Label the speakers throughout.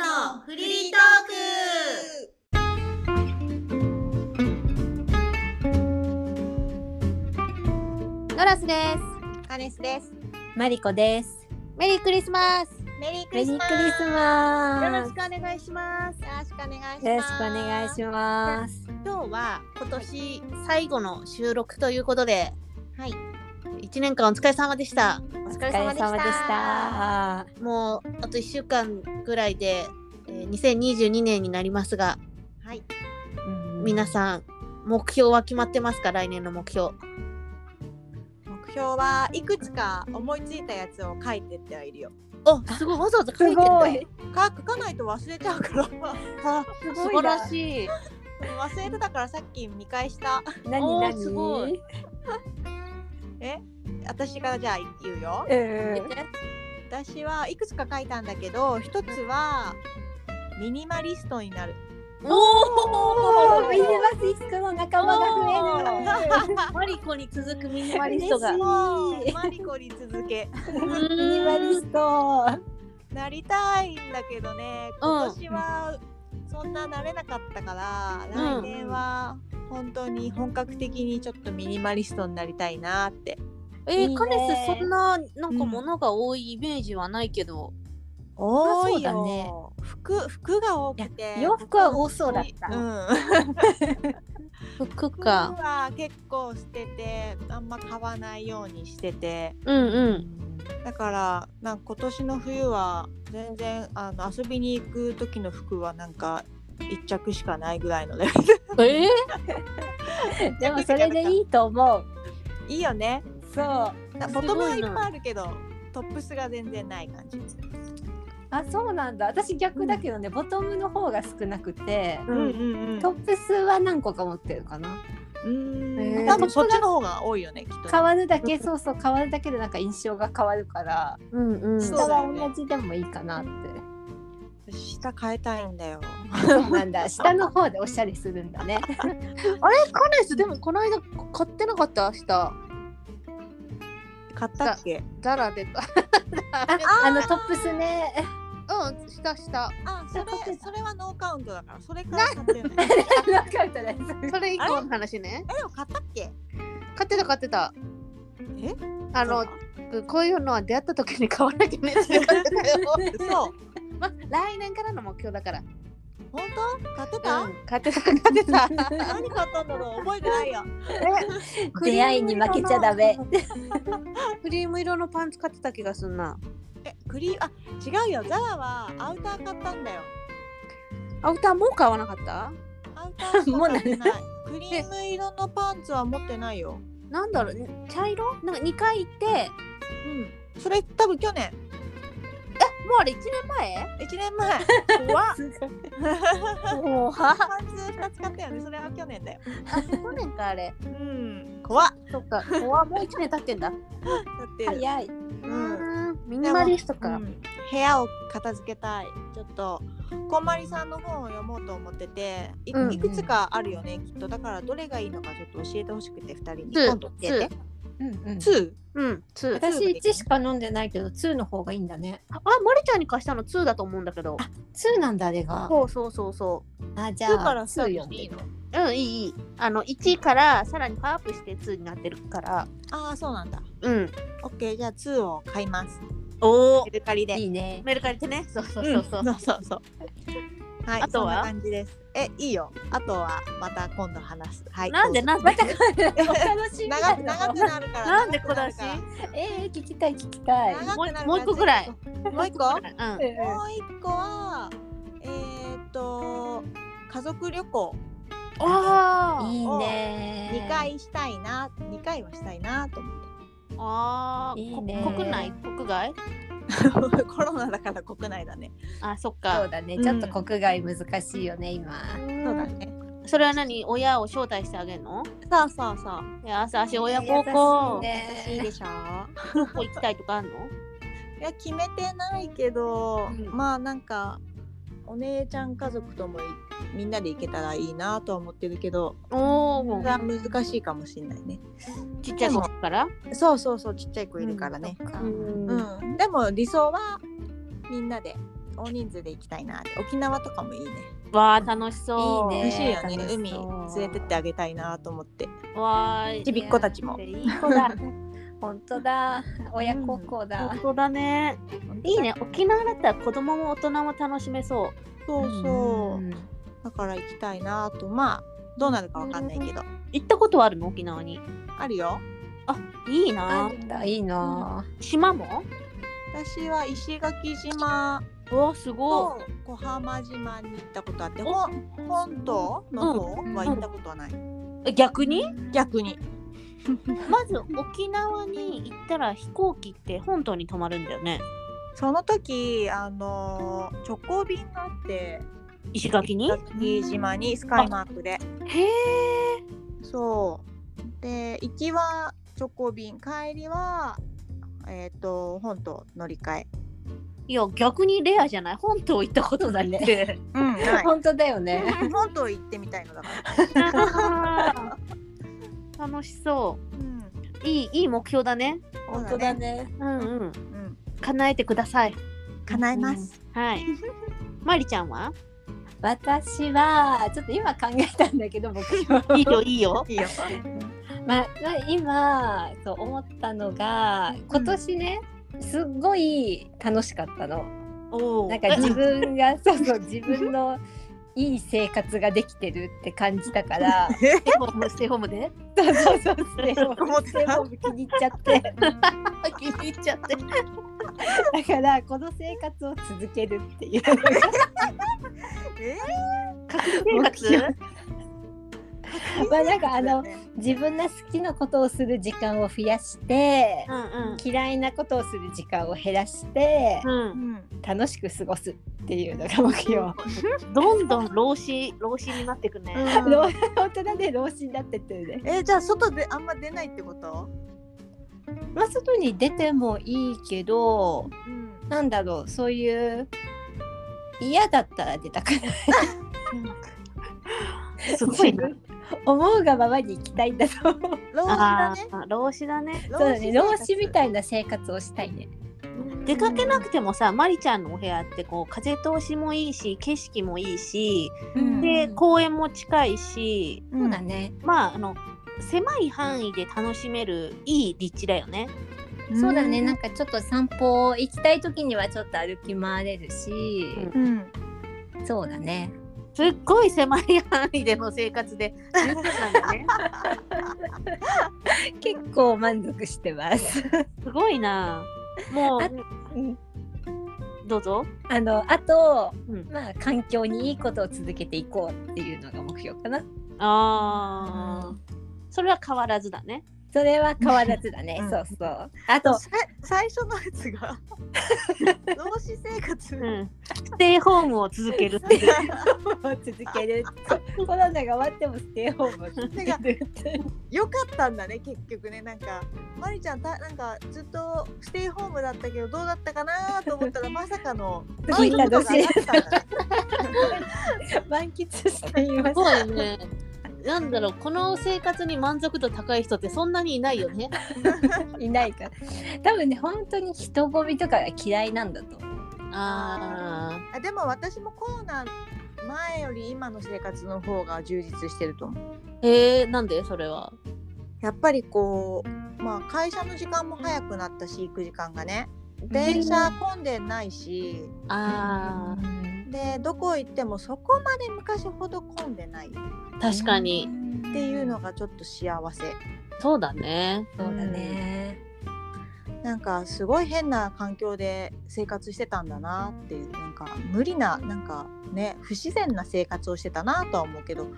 Speaker 1: のフリートーク
Speaker 2: ノラスです。
Speaker 1: カネスです
Speaker 3: マリコです。
Speaker 2: メリークリスマス。
Speaker 1: メリーク
Speaker 3: メ
Speaker 1: リ
Speaker 3: リ
Speaker 1: ス
Speaker 3: ー
Speaker 1: マ
Speaker 3: クリスマ
Speaker 1: スよろ
Speaker 3: ス
Speaker 1: し。くお願いしますよろしくお願いします
Speaker 3: よろしくお願いします。
Speaker 1: 今日は今年最後の収録ということではい一年間お疲れ様でした
Speaker 3: お疲
Speaker 2: れ様でした
Speaker 3: れ様でした。
Speaker 1: もうあと1週間ぐらいで、えー2022年になりますがはい皆さん目標は決まってますか来年の目標
Speaker 4: 目標はいくつか思いついたやつを書いてってはいるよ。
Speaker 1: おすごいわざわざ書いてんだよ
Speaker 4: か書かないと忘れちゃうからうん
Speaker 1: あ
Speaker 3: す
Speaker 1: 素晴らしい
Speaker 4: 忘れてたからさっき見返した。
Speaker 3: い。何
Speaker 1: おー
Speaker 3: 何
Speaker 1: すごい。
Speaker 4: え私からじゃあ言うよ。
Speaker 3: うん
Speaker 4: 私はいくつか書いたんだけど一つはミニマリストになる。
Speaker 3: お
Speaker 1: お
Speaker 3: ー
Speaker 1: お
Speaker 3: ミニマスイスクの仲間が増える。
Speaker 1: マリコに続くミニマリストが
Speaker 3: 嬉
Speaker 4: もうマリコに続け
Speaker 3: ミニマリスト。
Speaker 4: なりたいんだけどね
Speaker 1: うん
Speaker 4: 今年はそんななれなかったから、
Speaker 1: うん
Speaker 4: 来年は本当に本格的にちょっとミニマリストになりたいなって
Speaker 1: え
Speaker 3: いいね
Speaker 1: カネスそんななんか物が多いイメージはないけど、
Speaker 4: 多い
Speaker 3: そう
Speaker 4: よ
Speaker 3: だね
Speaker 4: 服服が多くて
Speaker 3: 洋服は多そうだった。
Speaker 4: うん、
Speaker 1: 服
Speaker 4: 服
Speaker 1: か
Speaker 4: は結構捨ててあんま買わないようにしてて
Speaker 1: うんうん
Speaker 4: だからなんか今年の冬は全然あの遊びに行く時の服はなんか一着しかないぐらいので
Speaker 1: えー、
Speaker 3: でもそれでいいと思う。
Speaker 4: いいよね
Speaker 3: そう。あ
Speaker 4: な
Speaker 1: す
Speaker 4: ボ
Speaker 1: ごいな
Speaker 4: トムはいっぱいあるけどトップスが全然ない感じ、
Speaker 3: そうなんだ。私逆だけどね、ボトムの方が少なくて、
Speaker 4: うん
Speaker 3: トップスは何個か持ってるかな。
Speaker 4: うん
Speaker 3: へー
Speaker 4: 多分そっちの方が多いよねきっとね
Speaker 3: 変わるだけそうそう変わるだけでなんか印象が変わるから、
Speaker 1: うんうん
Speaker 4: そ
Speaker 3: 下
Speaker 4: うだよ
Speaker 3: は
Speaker 4: ね
Speaker 3: 同じでもいいかなって
Speaker 4: 私下変えたいんだよ
Speaker 3: そうなんだ 下の方でおしゃれするんだね
Speaker 1: あれカネスでもこの間買ってなかった明日
Speaker 4: 買ったっけ
Speaker 1: ザラで
Speaker 3: ああのトップスね
Speaker 1: うんしたした
Speaker 4: あそれ
Speaker 3: 買ってた
Speaker 4: それはノーカウントだからそれから買ってない
Speaker 3: ノーカウントです
Speaker 1: それ以降の話ね
Speaker 4: えでも買ったっけ
Speaker 1: 買ってた買ってた
Speaker 4: え
Speaker 1: あのこういうのは出会った時に買わなきゃね って買ってたよ
Speaker 4: そう嘘
Speaker 1: ま来年からの目標だから、
Speaker 4: 本当買ってた、
Speaker 1: うん、買ってた買って た
Speaker 4: 何買ったんだろう覚えてないよ
Speaker 3: 出会いに負けちゃダメ
Speaker 1: クリーム色のパンツ買ってた気がすんな
Speaker 4: えクリーあ違うよザラはアウター買ったんだよ
Speaker 1: アウターもう買わなかった
Speaker 4: アウターし か
Speaker 3: もうな
Speaker 4: 買っ
Speaker 3: ん
Speaker 4: て
Speaker 3: だ
Speaker 4: ないクリーム色のパンツは持ってないよ
Speaker 1: なんだろう茶色なんか2回行ってえ
Speaker 4: うんそれ多分去年
Speaker 1: もうあれ1年前
Speaker 4: 1 年前
Speaker 1: 怖っもう は
Speaker 4: パンツ2つ買ったよねそれは去年だよ
Speaker 1: 去年かあれ
Speaker 4: うん怖っ
Speaker 1: そっか怖っもう1年経ってんだ
Speaker 4: だって
Speaker 3: 早い
Speaker 4: うん
Speaker 1: うんミニマリスト
Speaker 4: う
Speaker 1: か
Speaker 4: ん部屋を片付けたいちょっとこんまりさんの本を読もうと思っててい,、
Speaker 1: うん
Speaker 4: いくつかあるよねきっとだからどれがいいのかちょっと教えてほしくて2人に
Speaker 1: ツー
Speaker 4: 今度教えて
Speaker 3: うんうん
Speaker 4: 2
Speaker 1: うん2
Speaker 3: 私1しか飲んでないけど2の方がいいんだね
Speaker 1: あマリちゃんに貸したの2だと思うんだけど
Speaker 3: 2なんだあれが
Speaker 1: そうそうそうそ
Speaker 3: あじゃ
Speaker 4: 2から
Speaker 3: あ
Speaker 4: スタ
Speaker 3: 2
Speaker 4: ート
Speaker 3: よ
Speaker 4: していいの
Speaker 1: ううんいいいいあの1からさらにパワーアップして2になってるから
Speaker 4: ああそうなんだ
Speaker 1: うん
Speaker 4: オッケーじゃあ2を買います
Speaker 1: おお
Speaker 4: メルカリで
Speaker 3: いいね
Speaker 1: メルカリでねそうそう
Speaker 4: うん
Speaker 1: そうそう、
Speaker 4: そうそうそうはい
Speaker 1: あとは
Speaker 4: そんな感じですえいいよあとはまた今度話すはい
Speaker 1: なんで
Speaker 4: どうぞ
Speaker 1: なんで
Speaker 3: お楽しみ
Speaker 4: 長
Speaker 3: だ
Speaker 4: く
Speaker 3: よ
Speaker 4: 長くなるから
Speaker 1: なんで
Speaker 4: 長くなるから
Speaker 1: 小
Speaker 3: えー、聞きたい聞きたい
Speaker 4: 長くなるから
Speaker 1: もう一個ぐらい
Speaker 4: もう一個
Speaker 1: うん
Speaker 4: もう一個はえーっと家族旅行
Speaker 1: あー
Speaker 3: いいね
Speaker 4: 2回したいな、二2回はしたいなと思っ
Speaker 1: あー
Speaker 3: いい
Speaker 1: こ
Speaker 3: ね
Speaker 1: 国内国外
Speaker 4: て コロナだから国内だね
Speaker 1: あそっ
Speaker 3: そう
Speaker 1: か
Speaker 3: だね
Speaker 4: うん
Speaker 3: ちょっと国外難しいよね、今
Speaker 4: そうだね
Speaker 1: それは何親を招待してあげるの
Speaker 4: そうそうそう
Speaker 1: いや私親孝行、
Speaker 3: 優しい
Speaker 4: いい
Speaker 3: ね
Speaker 4: でしょ
Speaker 1: どこ行きたいとかあんの
Speaker 4: いや決めてないけど、
Speaker 1: うん
Speaker 4: まあなんかお姉ちゃん家族ともいみんなで行けたらいいなとは思ってるけど
Speaker 1: お
Speaker 4: それは難しいかもしれないね
Speaker 1: ちっちゃい子から
Speaker 4: そうそうそうちっちゃい子いるからね、
Speaker 3: うんそっか
Speaker 1: ん
Speaker 4: うんでも理想はみんなで大人数で行きたいなって沖縄とかもいいね
Speaker 1: わあ楽しそう。
Speaker 3: いいね
Speaker 4: 美味しいよね
Speaker 3: 楽しそう
Speaker 4: 海連れてってあげたいなと思って
Speaker 1: わーい。
Speaker 4: ちびっ子たちも
Speaker 1: いい子だ。
Speaker 3: 本当だ。親孝行だ
Speaker 1: 本。当だね。いいね。沖縄だったら子供も大人も楽しめそう。
Speaker 4: そうそう、
Speaker 3: ん
Speaker 4: だから行きたいなとまあどうなるかわかんないけど、
Speaker 1: 行ったことはあるの沖縄に。
Speaker 4: あるよ
Speaker 1: あいい
Speaker 3: あ
Speaker 1: な。
Speaker 3: るんだ。いいな。
Speaker 1: 島も
Speaker 4: 私は石垣島
Speaker 1: おすご
Speaker 4: と小浜島に行ったことあってほん本島の方
Speaker 3: うん
Speaker 4: は行ったことはない、
Speaker 1: い。逆に
Speaker 4: 逆に
Speaker 1: まず沖縄に行ったら飛行機って本島に泊まるんだよね。
Speaker 4: その時あのー直行便があって
Speaker 1: 石垣に
Speaker 4: 石垣島にスカイマークで
Speaker 1: へえ。
Speaker 4: そうで行きは直行便帰りはえっ、と本島乗り換え
Speaker 1: いや逆にレアじゃない本島行ったことないね。
Speaker 4: うんない
Speaker 3: 本当だよね。
Speaker 4: 本島行ってみたいのだから、
Speaker 1: あー 楽しそ
Speaker 4: うん、
Speaker 1: う。いいいい目標だね。
Speaker 4: 本
Speaker 3: 本当だ、ね。
Speaker 1: うんうん。
Speaker 4: うん、
Speaker 1: 叶えてください。
Speaker 4: 叶えます、
Speaker 1: はい。まりちゃんは？
Speaker 3: 私はちょっと今考えたんだけど僕標
Speaker 1: いいよいいよ。
Speaker 4: いいよ
Speaker 3: まあ、今そう思ったのが今年ね、すっごい楽しかったの。
Speaker 1: おお。
Speaker 3: なんか
Speaker 1: え
Speaker 3: 自分が そうそう自分のいい生活ができてるって感じたから
Speaker 1: ステイホームステイホームで。
Speaker 3: そうそうそうステイホー
Speaker 4: 思っ
Speaker 3: ムステイホーム気に入っちゃって
Speaker 1: 気に入っちゃって。
Speaker 3: だからこの生活を続けるっていう
Speaker 4: え
Speaker 1: 生活？
Speaker 3: まあなんかあの自分の好きなことをする時間を増やして
Speaker 1: うんうん。
Speaker 3: 嫌いなことをする時間を減らして
Speaker 1: うん、
Speaker 3: 楽しく過ごすっていうのが目標。
Speaker 1: どんどん老子老子になってくね。
Speaker 3: 老本当だね老子になってってるね。
Speaker 4: えじゃあ外であんま出ないってこと、
Speaker 3: まあ外に出てもいいけど
Speaker 4: うん
Speaker 3: なんだろうそういう嫌だったら出たくない
Speaker 1: すごいな。
Speaker 3: 思うがままに行きたいんだと 思う。
Speaker 4: 老子だ
Speaker 1: あ
Speaker 4: ね。
Speaker 1: あ老子だね。
Speaker 3: そうだね老子み
Speaker 4: い。
Speaker 3: たいな生活をしたいね。
Speaker 1: 出かけなくてもさ、まりちゃんのお部屋ってこう風通しもいいし、景色もいいし、
Speaker 4: うん
Speaker 1: で公園も近いし、
Speaker 3: そうだね、
Speaker 1: まああの狭い範囲で楽しめるいい立地だよね。
Speaker 3: そうだねなん
Speaker 4: か。
Speaker 3: かちょっと散歩行きたい時にはちょっと歩き回れるし、
Speaker 4: うん。
Speaker 3: そうだね
Speaker 1: すっごい狭い範囲での生活で十分なんだね。
Speaker 3: 結構満足してます。
Speaker 1: すごいな。も
Speaker 3: あ
Speaker 1: うどうぞ。
Speaker 3: あのあと、
Speaker 1: うん
Speaker 3: まあ環境にいいことを続けていこうっていうのが目標かな。
Speaker 1: ああ、それは変わらずだね。
Speaker 3: それは変わらずだね。
Speaker 4: うん
Speaker 3: そうそう。あと、
Speaker 4: さ最初のやつ が老子生活。
Speaker 1: うん。ステイホームを続けるって いう。
Speaker 3: 続ける。そうコロナが終わってもステイホームを続け るって。
Speaker 4: よかったんだね結局ねなんかまりちゃんたなんかずっとステイホームだったけどどうだったかなと 思ったらまさかの
Speaker 3: みんなの
Speaker 4: 満足度が上がったんだね
Speaker 3: 満喫しています
Speaker 1: す。ごいね。なんだろうこの生活に満足度高い人ってそんなにいないよね。
Speaker 3: いないから。多分ね、本当に人混みとかが嫌いなんだと思う。
Speaker 1: あ
Speaker 4: あでも私もコロナ前より今の生活の方が充実してると思う
Speaker 1: あ。へえなんでそれは。
Speaker 4: やっぱりこうまあ会社の時間も早くなったし行く時間がね電車混んでないし、
Speaker 1: ああ
Speaker 4: でどこ行ってもそこまで昔ほど混んでないっ
Speaker 1: 確かに。
Speaker 4: ていうのがちょっと幸せ
Speaker 1: そうだね。
Speaker 3: そうだね。
Speaker 4: なんかすごい変な環境で生活してたんだなっていうなんか無理ななんかね不自然な生活をしてたなとは思うけど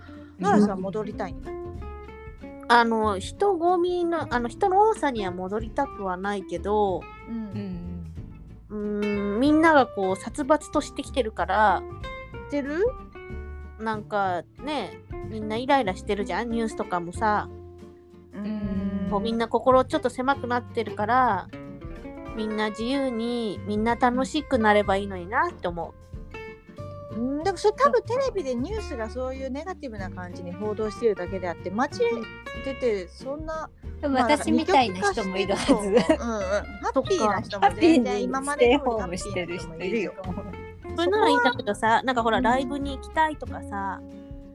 Speaker 4: ノラさん戻りたいんだ、
Speaker 1: あの人混みのあの人の多さには戻りたくはないけど。
Speaker 4: う、
Speaker 3: うんん。
Speaker 1: うーんみんながこう殺伐としてきてるから
Speaker 4: てる
Speaker 1: なんかねみんなイライラしてるじゃんニュースとかもさ、
Speaker 3: ん
Speaker 1: こうみんな心ちょっと狭くなってるからみんな自由にみんな楽しくなればいいのになって思
Speaker 4: うんでもそれ多分テレビでニュースがそういうネガティブな感じに報道してるだけであって街出てそんな、
Speaker 3: でも
Speaker 4: まあ
Speaker 3: 私みたいな人もいるはず。
Speaker 4: うんうん、ハッピーな人
Speaker 3: ハ
Speaker 4: も
Speaker 3: ッピー
Speaker 4: 全然
Speaker 3: に
Speaker 4: 今ま
Speaker 3: ス
Speaker 4: で
Speaker 3: テイ
Speaker 4: 通り
Speaker 3: ホ
Speaker 4: ハ
Speaker 3: ー
Speaker 4: ッピ
Speaker 3: ムして
Speaker 4: ーな
Speaker 3: る
Speaker 4: 人
Speaker 3: 人
Speaker 4: も
Speaker 3: い
Speaker 4: いる
Speaker 3: る
Speaker 4: よ
Speaker 3: よ。。
Speaker 1: うそれならいいんだけどさなんかほらライブに行きたいとかさ、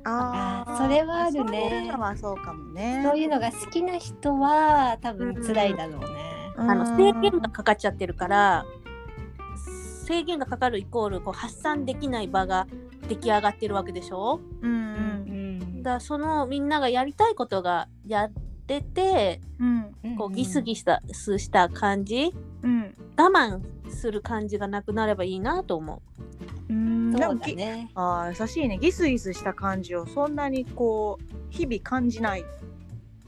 Speaker 4: あ
Speaker 3: あーそれはあるね
Speaker 4: そういうのはそうかもね。
Speaker 3: そういうのが好きな人は多分辛いだろうね。
Speaker 1: あの制限がかかっちゃってるから制限がかかるイコールこう発散できない場が出来上がってるわけでしょ
Speaker 4: うんう
Speaker 3: うんん
Speaker 1: だからそのみんながやりたいことがやってて
Speaker 4: うん
Speaker 3: うん
Speaker 1: こうギスギスした感じ
Speaker 4: うん
Speaker 1: 我慢する感じがなくなればいいなと思
Speaker 4: うん
Speaker 3: そ
Speaker 4: な
Speaker 3: うん
Speaker 4: か
Speaker 3: だ
Speaker 4: ぎ
Speaker 3: ね。
Speaker 4: ああ優しいねギスギスした感じをそんなにこう日々感じない。
Speaker 1: う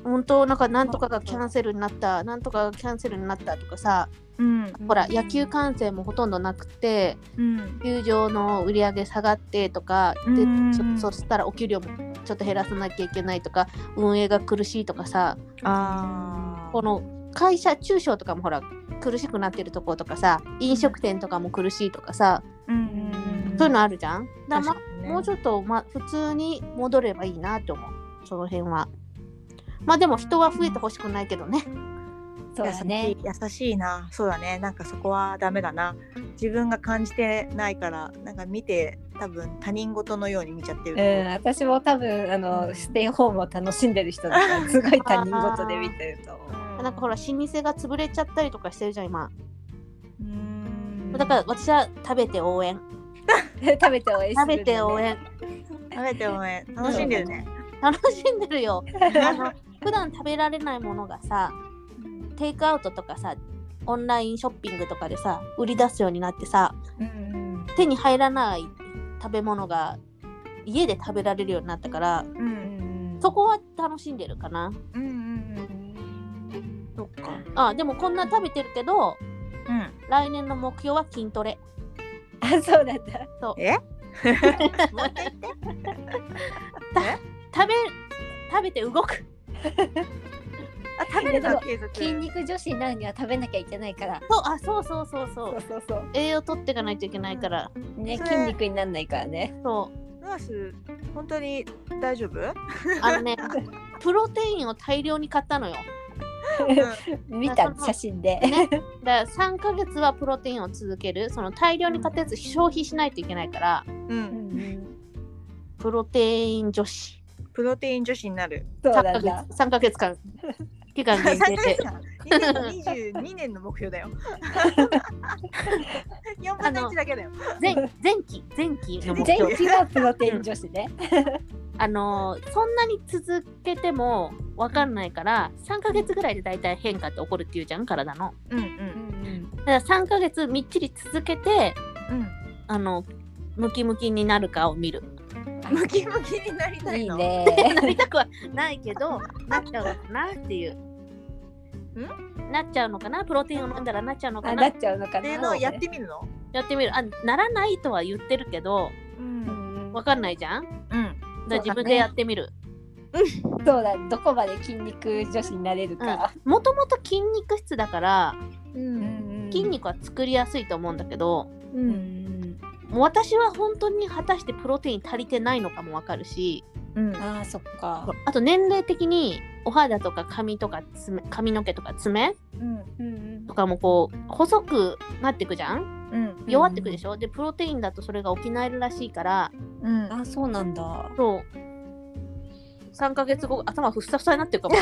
Speaker 1: 本当なんかなんとかがキャンセルになったなんとかがキャンセルになったとかさ
Speaker 4: うん
Speaker 1: ほら野球観戦もほとんどなくて
Speaker 4: うん
Speaker 1: 球場の売り上げ下がってとか
Speaker 4: う
Speaker 1: で
Speaker 4: ん
Speaker 1: ちょそしたらお給料もちょっと減らさなきゃいけないとか運営が苦しいとかさ
Speaker 4: ああ
Speaker 1: この会社中小とかもほら苦しくなってるとことかさ飲食店とかも苦しいとかさ、
Speaker 4: うんん
Speaker 1: そういうのあるじゃん。だからま
Speaker 4: 確かにね
Speaker 1: もうちょっと、ま、普通に戻ればいいなって思うその辺は。まあでも人は増えてほしくないけどね。
Speaker 3: そうだね。
Speaker 4: 優しい優しいなそうだねなんかそこはダメだな自分が感じてないからなんか見て多分他人事のように見ちゃってる
Speaker 3: う、ん、私も多分あのステイホームを楽しんでる人だからすごい他人事で見てると思う。
Speaker 1: なんかほら老舗が潰れちゃったりとかしてるじゃん今。
Speaker 4: うん
Speaker 1: だから私は食べて応援。
Speaker 3: 食べて応援する
Speaker 1: 食
Speaker 3: のね
Speaker 1: べて応援。
Speaker 4: 食べて応援楽しんでるね
Speaker 1: 楽しんでるよ。あ の普段食べられないものがさテイクアウトとかさオンラインショッピングとかでさ売り出すようになってさ
Speaker 3: うん
Speaker 1: 手に入らない食べ物が家で食べられるようになったから
Speaker 4: う
Speaker 3: うんん
Speaker 1: そこは楽しんでるかな。
Speaker 4: うんうん
Speaker 1: そっか。あでもこんな食べてるけど
Speaker 4: うん
Speaker 1: 来年の目標は筋トレ。
Speaker 3: あそうなんだ。
Speaker 4: えもう一回言って
Speaker 1: 食べ食べて動く。
Speaker 4: あ食べるのは継続
Speaker 3: 筋肉女子になるには食べなきゃいけないから。
Speaker 1: そうあそうそうそうそ
Speaker 3: そうう。そうそう。
Speaker 1: 栄養取っていかないといけないから。
Speaker 3: ね
Speaker 4: それ
Speaker 3: 筋肉にならないからね。
Speaker 1: そ
Speaker 4: ナース本当に大丈夫、
Speaker 1: うあ のねプロテインを大量に買ったのよ。
Speaker 3: 見た
Speaker 1: その
Speaker 3: 写真で。
Speaker 1: ね、だから3ヶ月はプロテインを続けるその大量に買ったやつ消費しないといけないから
Speaker 4: う、
Speaker 3: うんん
Speaker 1: プロテイン女子
Speaker 4: プロテイン女子になる
Speaker 3: そう
Speaker 1: 3
Speaker 3: な
Speaker 1: ヶ
Speaker 3: んだ。
Speaker 1: 月三ヶ月間期間限定 で
Speaker 4: 2022年の目標だよ。4分の1だけだよ。
Speaker 1: 前前期前期の目
Speaker 3: 前
Speaker 1: 標
Speaker 3: 期はプロテイン女子ね。
Speaker 1: あのーそんなに続けても分かんないから3ヶ月ぐらいで大体変化って起こるっていうじゃん体の
Speaker 4: うんう
Speaker 3: うんん
Speaker 1: だから3ヶ月みっちり続けて
Speaker 4: うん。
Speaker 1: あのムキムキになるかを見る
Speaker 4: ムキムキになりた
Speaker 3: い
Speaker 4: い
Speaker 3: い
Speaker 4: の。
Speaker 3: ね。
Speaker 1: なりたくはないけどなっちゃうのかなっていうなっちゃうのかなプロテインを飲んだらなっちゃうの
Speaker 3: あ
Speaker 1: か
Speaker 3: な
Speaker 1: な
Speaker 3: っちゃうのか
Speaker 4: って
Speaker 3: な。
Speaker 4: いうのをやってみるの。
Speaker 1: やってみるあならないとは言ってるけど
Speaker 4: う。
Speaker 3: うんん
Speaker 1: 分かんないじゃん
Speaker 4: うん。
Speaker 1: だから自分でやってみる
Speaker 3: そうだ。どこまで筋肉女子になれるか。
Speaker 1: もともと筋肉質だから
Speaker 4: うん。
Speaker 1: 筋。肉は作りやすいと思うんだけど、
Speaker 4: う。
Speaker 3: うんん。
Speaker 1: もう私は本当に果たしてプロテイン足りてないのかもわかるし
Speaker 4: うん。
Speaker 3: ああそっか。
Speaker 1: あと年齢的にお肌とか髪とか爪髪の毛とか爪
Speaker 3: うん
Speaker 1: とかもこう細くなってくじゃん
Speaker 4: うん。
Speaker 1: 弱ってくでしょ、でプロテインだとそれが補えるらしいから
Speaker 4: うん。
Speaker 3: あそうなんだ。
Speaker 1: そう3ヶ月後頭ふっさふさになってるかも
Speaker 4: い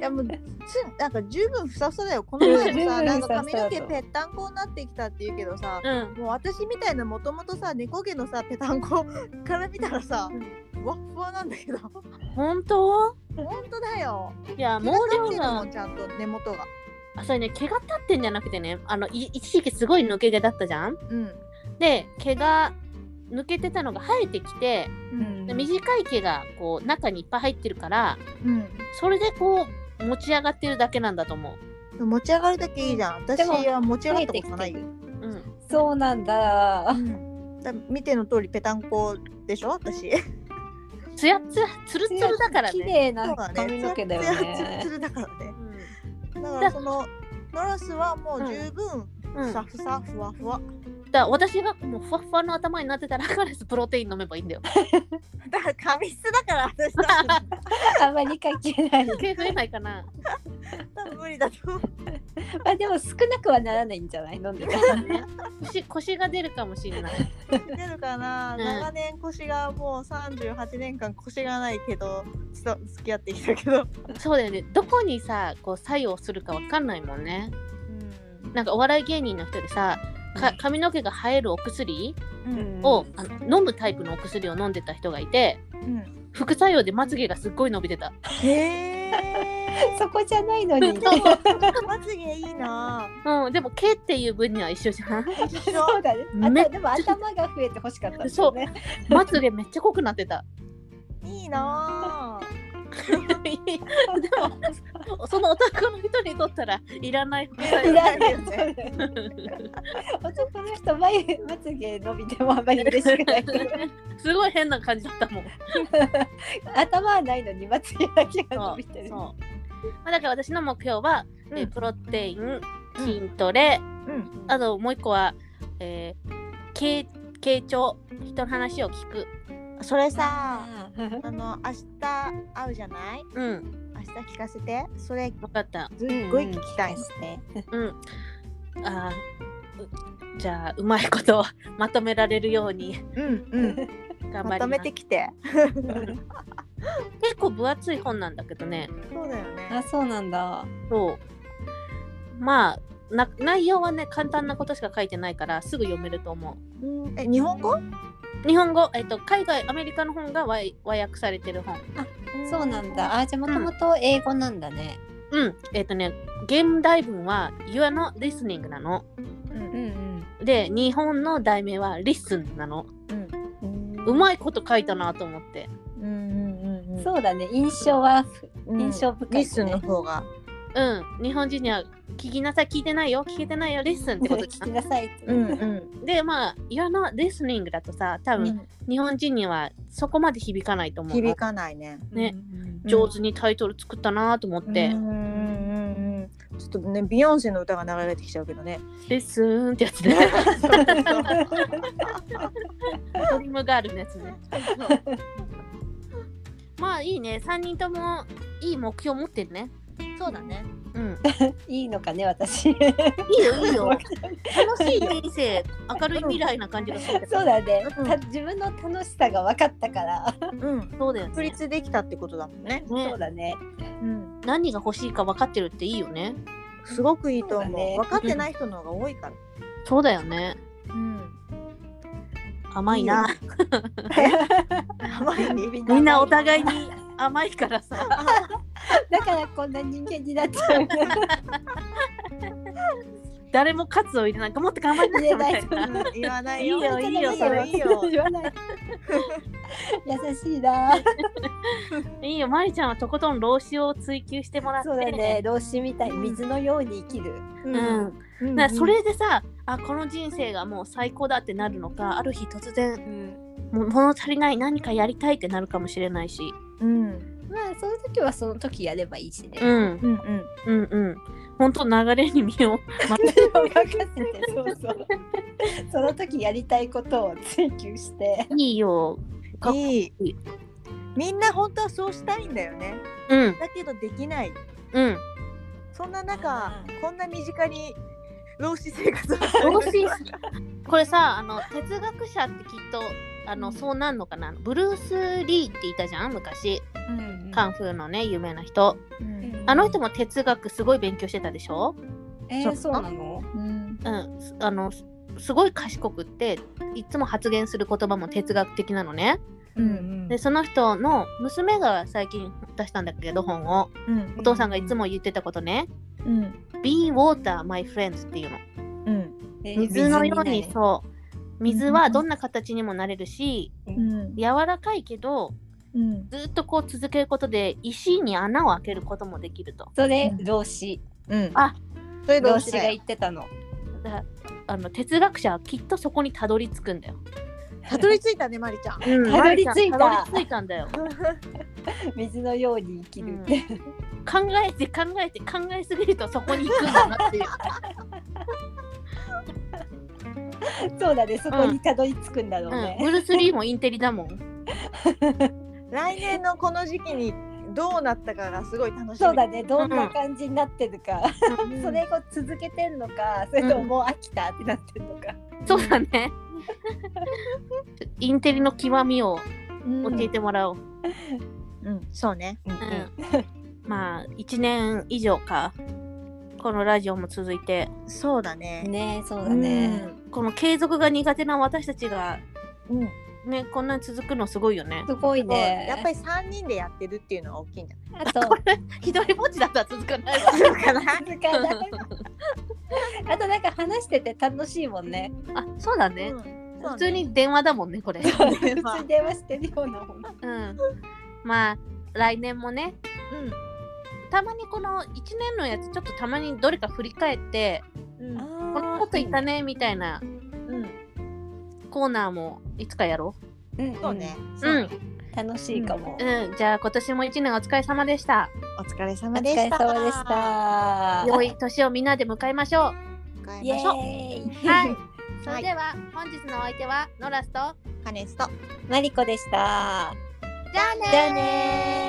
Speaker 4: やもうつなんか十分ふさふさだよ。この前もさ、
Speaker 3: 十分
Speaker 4: なんか
Speaker 3: ふ
Speaker 4: 髪
Speaker 3: さふさだと
Speaker 4: の毛ぺったんこになってきたって言うけど さ、
Speaker 1: うん
Speaker 4: もう私みたいなもともとさ、猫毛のさ、ぺたんこ から見たらさ、ふわっふわなんだけど、
Speaker 1: 本
Speaker 4: 本
Speaker 1: 当
Speaker 4: 当だよ。
Speaker 1: いや毛
Speaker 4: 毛量
Speaker 1: 量
Speaker 4: が
Speaker 1: が
Speaker 4: もんちゃんと根元が。
Speaker 1: あそれね毛が立ってんじゃなくてねあのい一時期すごい抜け毛だったじゃん
Speaker 4: うん。
Speaker 1: で毛が抜けてたのが生えてきて
Speaker 4: うん。
Speaker 1: で短い毛がこう中にいっぱい入ってるから
Speaker 4: うん。
Speaker 1: それでこう持ち上がってるだけなんだと思
Speaker 4: 持ち上がるだけいいじゃん。私
Speaker 3: でも
Speaker 4: は持ち上が
Speaker 3: 増
Speaker 4: っ
Speaker 3: え
Speaker 4: た
Speaker 3: て
Speaker 4: こ
Speaker 3: き
Speaker 4: とな
Speaker 3: て
Speaker 4: いよ
Speaker 3: る。。
Speaker 1: う、うん、
Speaker 3: そうなんだ。
Speaker 4: だ見ての通りぺたんこでしょ私。
Speaker 1: ツヤツヤツルツルだから
Speaker 3: 綺
Speaker 1: ね、
Speaker 3: 麗な髪の毛だよ
Speaker 4: ツヤツヤ
Speaker 3: ね。
Speaker 4: ツルだからね。
Speaker 1: うん
Speaker 4: だからそのノラスはもう十分
Speaker 1: うん
Speaker 4: ふさふさふわふわ。
Speaker 1: だから私がもうふわっふわの頭になってたら アカレスプロテイン飲めばいいんだよ。
Speaker 4: だから紙質だから私多
Speaker 3: あんまり関係ない。
Speaker 1: 毛増えないかな。
Speaker 4: 分無理だと思う。
Speaker 3: まあでも少なくはならないんじゃない飲んでたら。
Speaker 1: ね腰腰が出るかもしれない。
Speaker 4: 出るか
Speaker 1: う
Speaker 4: な、
Speaker 1: ん
Speaker 4: 長年腰がもう38年間腰がないけどちょっと付き合ってきたけど、
Speaker 1: そうだよね。どこにさこう作用するかわかんないもんね。なんかお笑い芸人の人でさか髪の毛が生えるお薬
Speaker 4: うん
Speaker 1: を、あの飲むタイプのお薬を飲んでた人がいて
Speaker 4: うん、
Speaker 1: 副作用でまつげがすっごい伸びてた。
Speaker 4: へえ
Speaker 3: そこじゃないのに。
Speaker 4: まつげいいな
Speaker 1: うん、でも毛っていう分には一緒じゃん。
Speaker 4: 一緒
Speaker 3: そうだね。あ
Speaker 1: めっち
Speaker 3: とでも頭が増えてほしかったんですよね。
Speaker 1: まつげめっちゃ濃くなってた。
Speaker 4: いいな
Speaker 1: でもそのオタクの人にとったらいらない副作
Speaker 3: い
Speaker 1: 用。
Speaker 3: らないよね。男の人眉まつげ伸びてもあんまり嬉しくないから
Speaker 1: すごい変な感じだったもん。
Speaker 3: 頭はないのにまつげだけが伸びてる
Speaker 1: そう。まあ、だから私の目標は、えー
Speaker 4: うん
Speaker 1: プロテイン、筋トレ、
Speaker 4: うん
Speaker 1: あともう一個は、えー、傾傾聴、人の話を聞く。
Speaker 4: それさ
Speaker 3: あ
Speaker 4: あの明日会うじゃない
Speaker 1: うん、
Speaker 4: 明日聞かせてそれ
Speaker 1: 分かった。
Speaker 4: すっごい聞きたいですね、
Speaker 1: うん。あーうじゃあ、うまいことまとめられるように
Speaker 4: うんうん
Speaker 1: 頑張ります。
Speaker 4: まとめてきて
Speaker 1: 結構分厚い本なんだけどね。
Speaker 4: そうだよ
Speaker 3: あ
Speaker 4: ね
Speaker 3: そうなんだ
Speaker 1: そう。まあ、な内容はね、簡単なことしか書いてないから、すぐ読めると思う。
Speaker 4: うんえ日本語
Speaker 1: 日本語、えっと、海外アメリカの本が和和訳されてる本
Speaker 3: そうなんだあじゃあもともと英語なんだね
Speaker 1: うんえっとね現代文は「You are not listening」なの
Speaker 4: うん
Speaker 1: で日本の題名は「Listen」なの
Speaker 4: うん
Speaker 3: うん
Speaker 1: うまいこと書いたなと思って
Speaker 4: うんうんうん
Speaker 3: そうだね印象は
Speaker 4: うん
Speaker 3: 印象深いね
Speaker 4: リスンの方が
Speaker 1: うん日本人には「聞きなさい聞いてないよ聞けてないよ Listen」ってこと
Speaker 3: 聞
Speaker 1: じゃ
Speaker 3: きなさいって
Speaker 4: ん
Speaker 1: んでまあ「You are not listening」だとさ多分日本人にはそこまで響かないと思う
Speaker 4: 響かないね
Speaker 1: ね
Speaker 3: うん
Speaker 1: 上手にタイトル作ったなと思って
Speaker 4: うんうんうんうんちょっとねビヨンセの歌が流れてきちゃうけどね
Speaker 1: 「Listen」ってやつでドリームガールのやつ ねまあいいね3人ともいい目標持ってるね
Speaker 4: そうだね
Speaker 1: うん
Speaker 3: いいのかね
Speaker 1: い
Speaker 3: 私
Speaker 1: いよいい よ楽しい人生明るい未来な感じがするけど
Speaker 3: そうだね
Speaker 4: うん
Speaker 3: た自分の楽しさが分かったから
Speaker 4: うん
Speaker 1: そうだよ
Speaker 4: 確
Speaker 1: ね
Speaker 4: 立できたってことだもんね
Speaker 1: ね
Speaker 3: そうだね
Speaker 4: うん
Speaker 1: 何が欲しいか分かってるっていいよね
Speaker 4: すごくいいと思う
Speaker 3: そうだね
Speaker 4: 分かってない人の方が多いから
Speaker 1: そうだよね
Speaker 4: うん
Speaker 1: 甘いな
Speaker 4: 甘 いね
Speaker 1: みんなお互いに甘いからさ
Speaker 3: だからこんな人間になっちゃう
Speaker 1: 誰も喝を入れないもっと頑張ってみ たいな
Speaker 4: うん言わないよ
Speaker 1: いいよいいよ
Speaker 4: それいいよ
Speaker 3: 言わ ない優しいない
Speaker 1: いよまりちゃんはとことん老子を追求してもらって
Speaker 3: そうだね老子みたいに水のように生きる、
Speaker 4: う
Speaker 1: うん
Speaker 4: うん
Speaker 1: だからそれでさ、あこの人生がもう最高だってなるのかある日突然もう物足りない何かやりたいってなるかもしれないし、
Speaker 4: うん
Speaker 3: まあその時はその時やればいいしね、
Speaker 1: ん、
Speaker 4: うんうん
Speaker 1: うんうん本当流れに身を
Speaker 3: 任せてそうそうその時やりたいことを追求して
Speaker 1: いいよかっこ
Speaker 4: いい
Speaker 1: いい
Speaker 4: みんな本当はそうしたいんだよね
Speaker 1: うん
Speaker 4: だけどできない
Speaker 1: うん
Speaker 4: そんな中
Speaker 3: あ
Speaker 4: こんな身近に老子生活を
Speaker 1: 老子これさあの哲学者ってきっとあのそうなんのかなブルース・リーっていたじゃん昔カンフーのね有名な人
Speaker 4: うん
Speaker 1: あの人も哲学すごい勉強してたでしょ
Speaker 3: えー、そうなの
Speaker 4: うん
Speaker 1: うんすあのすすごい賢くっていつも発言する言葉も哲学的なのね
Speaker 4: うん
Speaker 1: でその人の娘が最近出したんだけど本を
Speaker 4: うん
Speaker 1: お父さんがいつも言ってたことね
Speaker 4: うん
Speaker 1: 「Be water my friends」っていうの
Speaker 4: うん
Speaker 3: えー
Speaker 1: 水のように
Speaker 3: 水ね
Speaker 1: そう水はどんな形にもなれるし
Speaker 4: うん
Speaker 1: 柔らかいけど
Speaker 4: うん
Speaker 1: ずっとこう続けることで石に穴を開けることもできると
Speaker 3: それ老子
Speaker 4: うん
Speaker 1: あ
Speaker 4: それ
Speaker 3: 老
Speaker 4: 老
Speaker 3: 子
Speaker 4: 子
Speaker 3: が
Speaker 4: が
Speaker 3: 言ってたの
Speaker 1: だからあの哲学者はきっとそこにたどり着くんだよ。
Speaker 4: たどり着いたねまりちゃん
Speaker 1: うん
Speaker 3: たどり着いた
Speaker 1: たどり着いたんだよ。
Speaker 3: 水のように生きる、
Speaker 1: 考えて考えて考えすぎるとそこに行くんだなっていう。
Speaker 3: そうだね、そこにたどり着くんだろう
Speaker 1: うん、
Speaker 3: ね。
Speaker 1: ブルース・リーもインテリだもん。
Speaker 4: 来年のこの時期にどうなったかがすごい楽し み
Speaker 3: そうだね、どんな感じになってるか、それを続けてんのか、それとももう飽きたってなってるのか。
Speaker 1: そうだ ね。インテリの極みを
Speaker 3: う
Speaker 1: 教
Speaker 3: ん
Speaker 1: えてもらおう。うん
Speaker 4: うんそうね
Speaker 1: まあ1年以上かこのラジオも続いて
Speaker 4: そうだね
Speaker 3: ねそうだね。
Speaker 1: この継続が苦手な私たちが
Speaker 4: うん、うん
Speaker 1: ねこんなに続くのすごいよね。
Speaker 3: すごい
Speaker 4: もう
Speaker 3: ね。
Speaker 4: やっぱり三人でやってるっていうのは大きいんじゃ
Speaker 3: あと、
Speaker 1: 一人ぼっちだったら続かない。
Speaker 4: ないかな
Speaker 3: 続かないあとなんか話してて楽しいもんね。
Speaker 1: あそうだね。
Speaker 4: うんそうね
Speaker 1: 普通に電話だもんねこれ。
Speaker 3: 普通
Speaker 4: まあ
Speaker 3: に電話してるようなもん。
Speaker 1: うん。まあ来年もねたまにこの1年のやつちょっとたまにどれか振り返って
Speaker 4: うんうん
Speaker 1: こんなこと言ったねみたいな
Speaker 4: うん
Speaker 1: コーナーもいつかやろ
Speaker 3: うん
Speaker 4: そうね
Speaker 1: う。うん。
Speaker 3: うん楽しいかも。
Speaker 1: うん、じゃあ今年も一年お疲れ様でした。
Speaker 4: お疲れ
Speaker 3: お
Speaker 4: 様
Speaker 3: 疲
Speaker 4: で
Speaker 3: れ
Speaker 4: した
Speaker 3: 様でした。
Speaker 1: 良い年をみんなで迎えましょ
Speaker 4: 迎
Speaker 3: イ
Speaker 4: え
Speaker 3: エ
Speaker 4: ましょう
Speaker 1: う。
Speaker 3: ーイ。
Speaker 1: はい。それでは本日のお相手はノラスと
Speaker 4: カネスト
Speaker 3: マリコでした。
Speaker 1: じゃあねー
Speaker 3: じゃあねー。